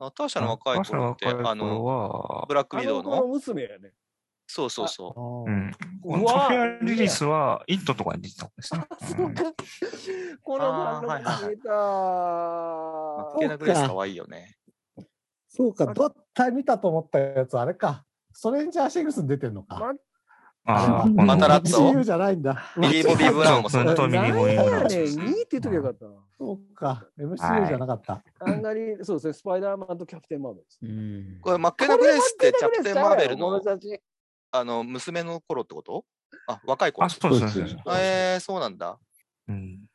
A: のナターシャの若い頃って、
B: あの
A: あ
B: 若い頃
A: の、
B: は、
A: ブラックウ
D: あ
A: ィド
D: の
A: ウ
D: 子の
A: の
D: 娘やね。
A: そうそうそ
B: うん。こ
D: う
B: のソ
D: わ
B: フィア・リリスは、インドとかに出てたんですね。
D: あ、そうか。 この子あの
A: はいはい
D: 子見えた。
A: う。マ
D: は
A: ッケーナ・グレイス可愛いよね。
E: そうか、どっか見たと思ったやつ、あれか。ストレンジャーシングスに出てんのか。
B: ああ、こ
A: マ
B: の
A: タラッツォ
E: ?MCU じゃないんだ。
A: ミリー・ボビー・ブラウンもそうだ。
B: 本当ミリボイブラウンです
D: ね、2って言っときゃよかったな。
E: そうか、MCU じゃなかった。
D: あんなに、そうですね、スパイダーマンとキャプテン・マーベルです。
C: うん
A: これ、マッケーナ・グレイスって、キ
D: こ
A: ャ
D: れ
A: プテン・マーベル
D: こ
A: の
D: の人たち
A: あの娘の頃ってことあ、若い頃
B: あ、。そうですそうです。
A: えー、そうなんだ。
B: うん。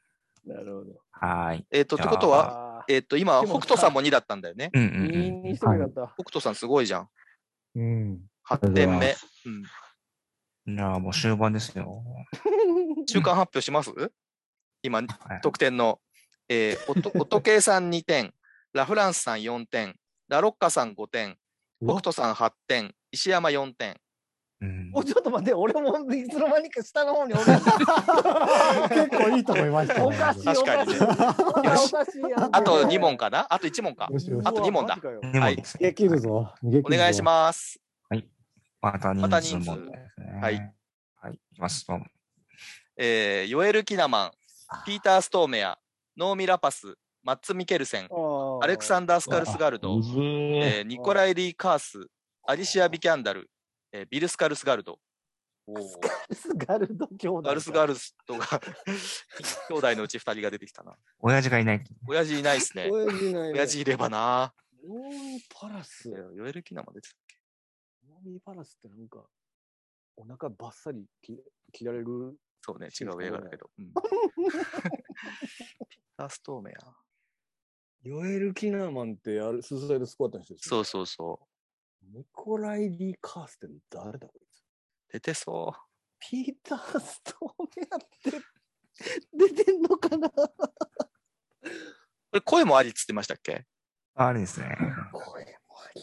D: なるほど。
B: はい。
A: えっ、と、っ
B: い
A: て
B: やー
A: ことは、
D: あ
A: えっ、と、今、
D: でも
A: 北斗さんも2だったんだよね。
B: うんう
D: ー、
B: ん
D: 2
B: うん
D: にし。ときゃよかった。
A: 北斗さんすごいじゃん。
E: うん。
A: 8点目。うん。
B: じゃあもう終盤ですよ。
A: 中間発表します今、
B: はい
A: 得点の、えー、おと、おとけいさん2点、ラフランスさん4点、ラロッカさん5点、
E: う
A: 北
E: わ
A: 斗さん8点、石山4点。
B: うん
D: もうちょっと待って、俺もいつの間にか下の方に おかしい。
E: 結構いいと思いました、ね。
D: おかしい。
A: 確かにね
D: おかしい
A: し
D: おかしいやん
A: あと2問かなあと1問か。
E: よしよし
A: あと二問だ。
D: うわマジかよ
B: でもですね
E: できるぞ。お
A: お願いします。
B: また人
A: また
B: 数
A: 人数
B: もですね。
A: はい。
B: はい。いきます。どうも
A: えー、ヨエル・キナマン、ピーター・ストーメア、ノーミ・ラパス、マッツ・ミケルセン、
D: あー
A: アレクサンダー・スカルスガルド
F: む、ずー
A: えーニコライ・リー・カース、アリシア・ビキャンダル、えービル・スカルスガルド。おー
D: スガルド兄弟か。
A: ガルスガルスとか、 兄弟のうち2人が出てきたな。
B: 親父がいないって。
A: 親父いないですね。
D: 親父いないね
A: 親父いればな。
D: ノーミーパラス。ノ
A: ヨエル・キナマン出てたっけ
D: ーミーパラスってなんか、お腹ばっさり切切られる。
A: そうね、違う映画だけど。うん、ピター・ストーメア。
D: ヨエル・キナーマンってあれ、スーサイドスクワットの人ですね
A: そうそうそう。
D: ニコライ・リー・カースって誰だこいつ
A: 出てそう。
D: ピーター・ストーメアって出てんのかな
A: これ声もありっつってましたっけ
B: あれですね。
D: これもあり。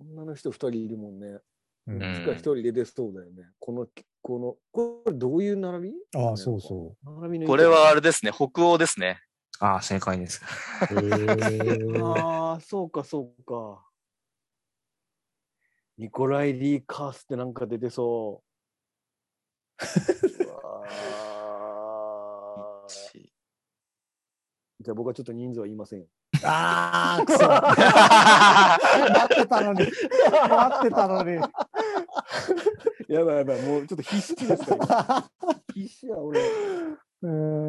D: 女の人二人いるもんね。
E: うん
A: うん
D: 一人で出そうだよね。この、この、これどういう並び
E: ああ、そうそ
D: 並びの意見
A: これはあれですね、北欧ですね。
B: ああ、正解です。
D: ああ、そうか、そうか。ニコライ・リー・カースってなんか出て そう。うわー
A: 一
D: じゃあ僕はちょっと人数は言いませんよ。
E: う。あ あ、くそ。 待ってたのに。待ってたのに。
D: やばいやばい、もうちょっと必死ですから今。必死や、俺。
E: うん。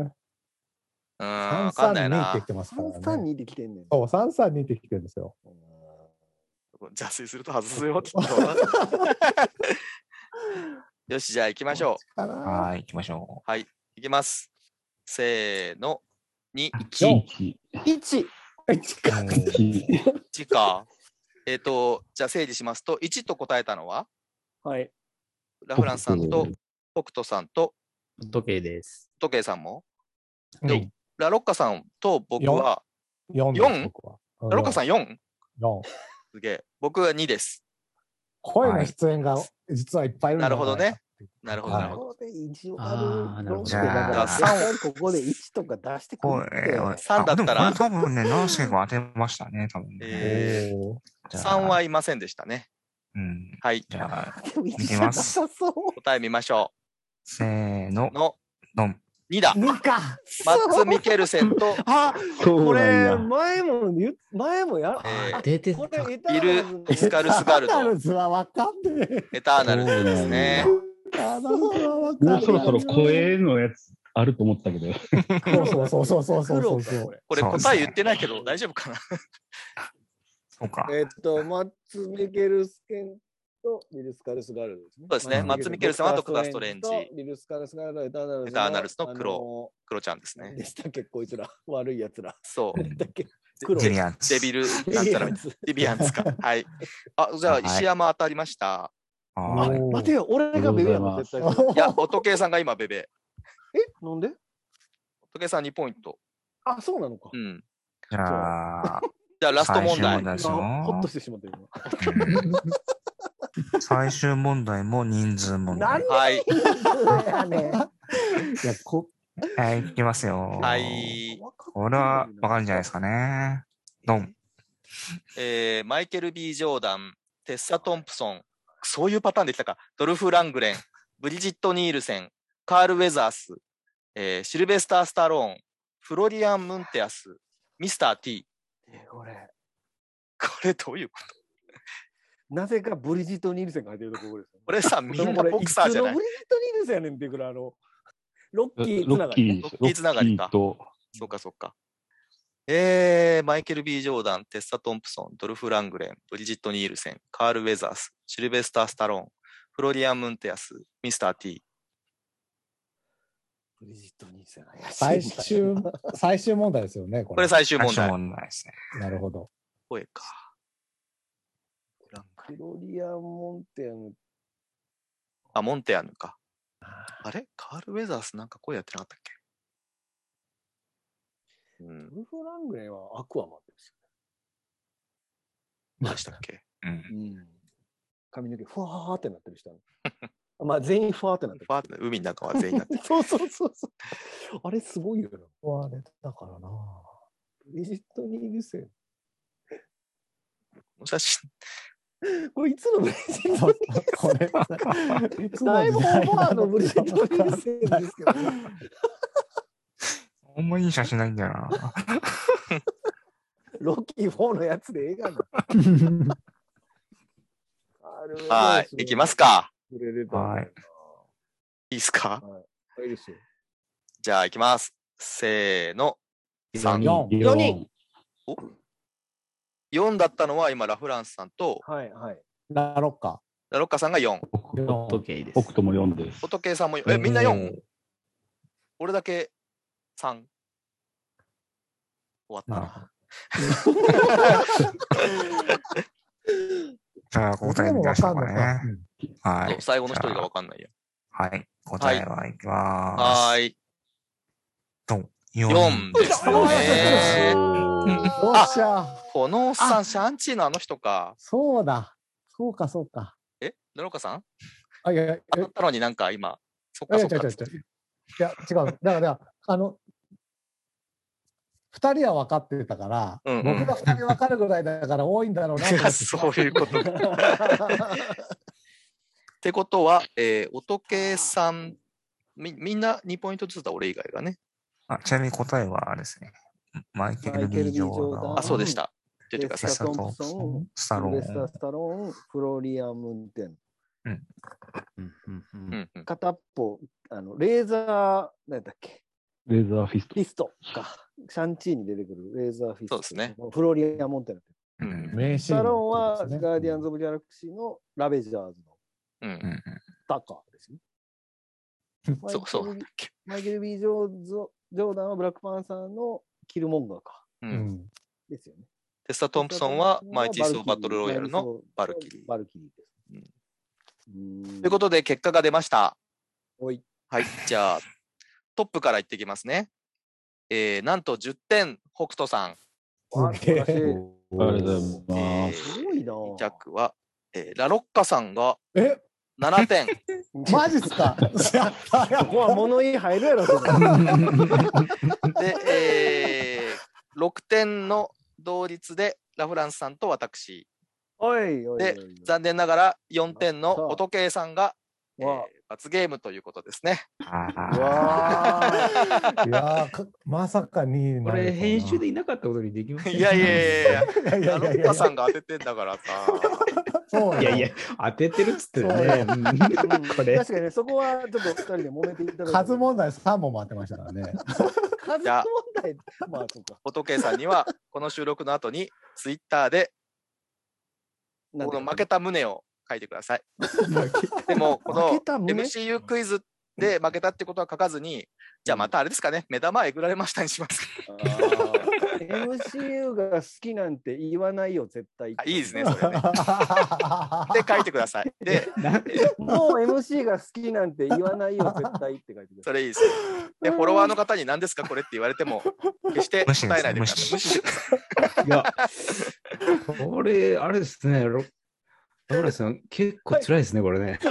A: うん、
E: 332
A: わかんない
E: って
A: な
E: き。てますからね。
D: 332で来てんねん。
E: そう、332ってきてるんですよ。
A: 邪推すると外すよ、きっと。よし、じゃあ行きましょう。
E: かな。
B: はい、行きましょ
A: はい、行きます。せーの、2、
E: 四
F: 1、
D: 1!
B: う。うん
F: 1、
A: 1か。えっ、と、じゃあ整理しますと、1と答えたのは、
D: はい。
A: ラフランスさんと、北斗さんと、
C: 時計です。
A: 時計さんも、
E: うん
A: ラロッカさんと僕
E: よん
A: は、
E: 4です、
A: 四
E: 僕は。
A: ラロッカさ
E: ん。
A: ん 4?
E: 4。
A: すげえ。僕は2です。
E: 声の出演が実はいっぱいいるんだ
A: なるほどね。なるほど、
E: はい
A: なるほど。
D: ここで一応
C: あ
D: あ
C: ーな
D: る
C: るほど
D: ロックだから
B: じゃあ
D: 絶対ここで1とか出してく
B: こ
D: るって
B: れは、
A: 三だったら
B: あでもこれ多分ね、ナースケ君当てましたね、多分ね。
A: え
E: おー
B: じゃあ
A: 3はいませんでしたね。
B: うん。
A: はい。
B: じゃあ、
D: でも
B: 見
D: 一
B: て
D: 緒な
B: ま
D: さ
B: す
D: そう。
A: 答え見ましょ
B: せーの
A: う。、の
B: ドン。
A: 2だ。
E: 二か。
A: マッツ・ミケルセンと、
D: あ
F: そ
D: こ
F: うな
D: れ
F: んだ。
D: 前も言う前もやら
A: えー
C: 出て
D: こ
C: た。
D: れ
A: ビル・イスカルスガル
E: カル
A: ド、
E: ズはわかんねえ。
A: エターナルズですね。
E: あなるほどわかんな
F: も
E: いう
F: そろそろ声のやつあると思ったけど。
E: そうそうそうそうそう
D: 黒か
E: そう
D: こ
E: そう。
A: これ
B: そうですね
A: 答え言ってないけど大丈夫かな
B: そうか。
D: えっとマッツ・ミケルスケンとビル・スカルスガルドですね。
A: そうですね
B: マッ
A: ツミケルセンはドクターストレンジ
D: ドクターストレンジとビル・スカルスガルドエターナルズ
A: エターナルズの黒
D: 黒。
A: クロちゃんです
D: あのー
A: ね。
D: でしたっけこいつら悪いやつら。
A: そうう。
B: ん
D: だっけ黒。
B: ジュリアンツ
A: デビル、なん ちゃら、デビアンですか。はい。あ、じゃあ、
B: はい
A: 石山当たりました。
B: はーい。
E: おー
D: 待てよ、俺がベベやもん、絶対。え、
A: いや、音計さんが今、ベベ。
D: なんで
A: 音計さん2ポイント。
D: あ、そうなのか
A: う。ん。
B: じゃあ、
A: じゃあ、ラスト問
B: 最終問
A: 題。
B: 題ですよ
D: 今ほっとしてしまったよ。今
B: うん最終問題も人数問題。
A: はい。
E: いや、こ、
B: はい、いきますよ。
A: はい。
B: これはわかるんじゃないですかね。ドン。
A: えーマイケル・ B ・ジョーダン、テッサ・トンプソン、そういうパターンできたか、ドルフ・ラングレン、ブリジット・ニールセン、カール・ウェザース、えーシルベスター・スタローン、フロリアン・ムンテアス、ミスター・ T。
D: えこれ。
A: これどういうこと
D: なぜかブリジット・ニールセンが入ってるところですよ ね。
A: これさ、み
D: でも
A: ん
D: こ
A: な
D: れ
A: ボクサーじゃない
D: つのブリジット・ニールセンやねんっていうぐらい、あの、ロッキー
F: ロ
D: つな
F: ッ
D: が
F: キ
D: り。
F: ー、
A: ロッキーつながりか
F: ロッキーと、
A: そうか、そうか。えー、マイケル・ B ・ジョーダン、テッサ・トンプソン、ドルフ・ラングレン、ブリジット・ニールセン、カール・ウェザース、シルベスター・スタローン、フロリアン・ムンテアス、ミスター・ T。
D: ブリジット・ニールセン怪しい
E: 最終、最終問題ですよね、こ
A: これ
E: れ。
A: 最終問
B: 最終
A: 題。
B: 問題ですね。
E: なるほど。
A: 声か。
D: フロリアン・モンテアの
A: あ、モンテアヌか。あれカール・ウェザースなんか声やってなかったっけう
D: ド
A: ん。
D: ルフ・ラングレンはアクアマンです
A: どうでしたっ け
B: うん。
D: よ。うん。髪の毛、ふわーってなってる人。 まあ、全員ふわーってなって る。
A: バーって海の中は全員 なって
D: そうそうそうそう。あれすごいよな。
E: 壊れてたからな。
D: ブリジット・ニールセン。
A: もしかして
D: これいつのブリジット・ニールセン
E: これ、 いつ
D: だいぶオーバー
E: の
D: のブリ
E: 時
D: ジット・ニ
E: 代
D: ー
E: なの
D: ルセンです けど、ね、
B: ほんまいい写真ないんだよな。
D: ロッキー4のやつで映画なの。あれ
A: はい。いきます。か。
D: くれれば
B: はい。
A: いいっすか
D: これですよ
A: じゃあ、いきます。せーの。3。
E: 四
F: 四
D: 四人。
A: 4だったのは今、ラフランスさんと、
D: はいはい。
E: ラロッカ。
A: ラロッカさんが4。
E: 4
C: 時計です。
F: 北斗も4です。
A: 音計さんも4。え、みんな 4?
B: おー
A: 俺だけ3。終わった
B: なる
A: な
B: ほ。ど。じゃあ、答え見ましょうかね。
E: うん
B: は
A: そう
B: い。
A: 最後の一人がわかんないや。
B: はい。答えはいきます。
A: はーい。
B: 4
A: 4ですよね。
E: よっしゃ。
A: このおっさん、シャンチーのあの人か。
E: そうだ。そうか、そうか。
A: え野岡さん
E: あ、いやいや、え
A: 当たったのになんか今、そっ
E: い
A: かそ
E: や違
A: っかっ
E: う違う違う
A: つって。
E: いや、違う。だから、だからあの、二人は分かってたから、
A: うんうん
E: 僕が二人分かるぐらいだから多いんだろうなと思っ て。
A: そういうこと。っってことは、えー、音系さん、みみんな2ポイントずつだ、俺以外がね。
B: あちなみに答えはあれですね。マイケ
D: マ
B: ル・
D: イケル
B: ビー・ジョ
D: ビージョ
B: ー
D: ー
B: ダ
D: ダ
B: ン
D: ン
A: あ、そうでした。出てくださ
B: テ
A: い
B: スタ・
D: レス。タ
B: ト
D: ト
B: ン
D: ン
B: プ
D: プ
B: ソ
D: ソ
B: ン
D: ン、
B: スタロ
D: レスター・
B: ーン
D: ス。タローン、フロリアムンテン。
C: うんうん
A: うんうん
D: 片っぽ、あの、レーザー、なんだっけ、
F: レーザーフィスト
D: フ。ィストか。シャンチーに出てくるレーザーフィスト。
A: そうですね。
D: フロリアムンテン。
A: うん
B: うん
E: 名
D: ス
E: シーン
D: タローン
E: のこ
D: は、
E: とですね
D: ガーディアンズ・オブ・ギャラクシーのラベジャーズの
A: う
B: うん
A: ん
B: うん
D: タカーですね。
A: そうそうなんだっけ。
D: マイケル・ビー・ジョーズジョーダンはブラックパンサーのキルモンガーか。
A: う
E: うんん
D: ですよね。
A: テスタ・トンプソンはマイティー・ソー・バトル・ロイヤルの。バルキリー
D: バルキリーです。うん
A: ということで、結果が出ました。
D: おい。
A: はい、じゃあ、トップからいってきますね。えー、なんと10点、北斗さん。
D: あ素晴らしい
F: ありがとうございま
A: え
F: す。
D: すごいなぁ
A: 2着は、えーラロッカさんが
E: え、
A: 7点。
E: マジっすかやったや
D: ここは
E: っ
D: 物言い入るやろ、 それ
A: で、えー、6点の同率で、ラフランスさんと私。
D: おいおいおいおい。
A: で残念ながら4点
D: さ
A: の
D: あ
A: 音計さんが、えー
D: わあ
A: 罰ゲームということですね。
D: う
B: あ
D: わぁ
E: たいやーかまさかになるとは
C: こ
E: な
C: れ、編集でいなかったことにできません
A: いやい やい やいや、
E: いやい
A: ラ
E: やい
A: ロ
E: やい
A: ッ
E: や
A: カさんが当ててんだからさ。
E: そうなの
C: いやいや、当ててるっつってるね。うんこれ
D: 確。かにね、そこはちょっと二人で揉めていただいて
E: 数問。題3問回ってましたからね
D: 数問
A: じゃあ
D: 題。まあ、そうか。
A: 音計さんには、この収録の後に、ツイッターで、
D: なん
A: こ
D: て
A: の
D: いうか
A: 負けた旨を書いてください。でも、こ
D: 負
A: の
D: けた胸
A: MCU クイズで負けたってことは書かずに、じゃあまたあれですかね、目玉えぐられましたにし ます。
D: MCU が好きなんて言わないよ、絶対
A: あ。いいですね、それね。で、書いてください。で、
D: もう MC が好きなんて言わないよ、絶対って書いてくださ
A: そ
D: い。
A: れいいですね。で、フォロワーの方に何ですかこれって言われても、決して
B: 無視
A: 答えないでくだ
B: 無
A: さ
B: 視
A: い。無視してくださ
C: いや、これ、あれですね。ロラ村さん、結構辛いですね、これね。
A: い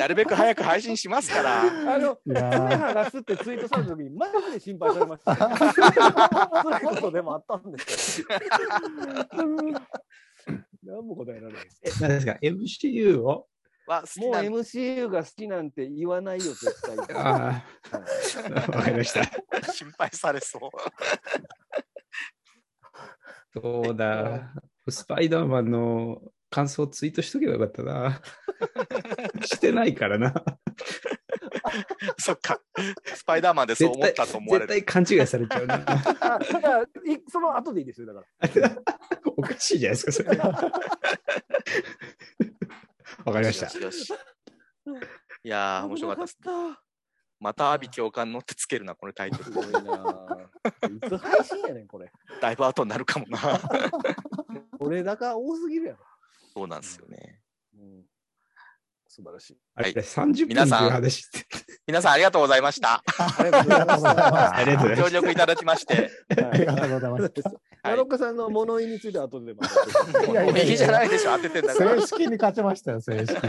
A: なるべく早く配信しますから。
D: あの、
E: い
D: 爪
E: やー
D: 剥がすってツイートされた時に、マジで心配されましたよ。それこそでもあったんですよ。何も答えられないです。
C: え何ですか ?MCU を
A: は好き
D: もう
A: なん
D: MCU が好きなんて言わないよ、絶対。
C: ああ、わかりました。
A: 心配されそう。
C: そうだ。スパイダーマンの感想をツイートしとけばよかったな。してないからな。
A: そっか。スパイダーマンでそう思ったと思われ
C: 絶
A: る。
C: 対勘違いされちゃうな。
D: あだからいその後でいいですよ、だから。
C: おかしいじゃないですか、それ。わかりました
A: よ。しよし。いやー、面白かったです。また阿ビ教官のってつけるな、このタイト
D: す
A: ル。
D: ごいなぁいつ配信やねん、これ。
A: だいぶ後になるかもな。
D: 俺だか多すぎるやろ。
A: そうなんですよね。
D: うん、素晴らしい。
C: あ
A: は
C: れ、30分
A: 皆
C: と
A: さん
C: いう話って。
A: 皆さんありがとうございました。
D: ありがとうございます。
C: ありがとうござい
A: 協
C: ま
A: 力いただきまして。
E: あ りがとうございます
A: はい
D: ナロッカさんの物言いについては後でま
E: いやいや
A: いいじゃないでしょ、当ててんだから
E: 正。式に勝ちましたよ正式に
D: た。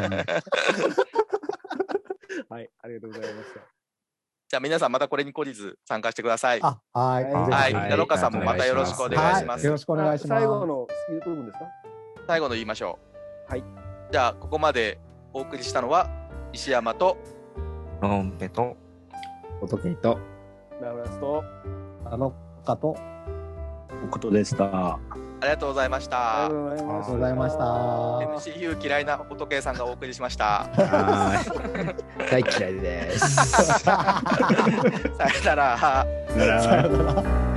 D: はい、ありがとうございました。
A: じゃあ皆さんまたこれに懲りず参加してください。は
E: あはい
D: はい
A: い。
C: はい
A: ナロカさんもまたよろしくお願いしま
E: は
A: す
E: よ。ろしくお願いします
D: 最後の言うと分ですか
A: 最後の言いましょう。
D: はい。
A: じゃあ、ここまでお送りしたのは、石山と、
B: ロンペと、
C: す。おとけと。
D: ラフランスと。
E: あのかと
F: ことでした。
A: ありがとうございまし
D: あ
A: た
D: り。がと
E: ありがと
D: う
E: う
D: ご
E: ご
D: ざ
E: ざ
D: い
E: い
D: ま
E: ま
D: し。
E: したた
A: MCU 嫌いな仏さんがお送りしました。
C: はー い。大嫌いです。
A: さよなら。
C: さよなら。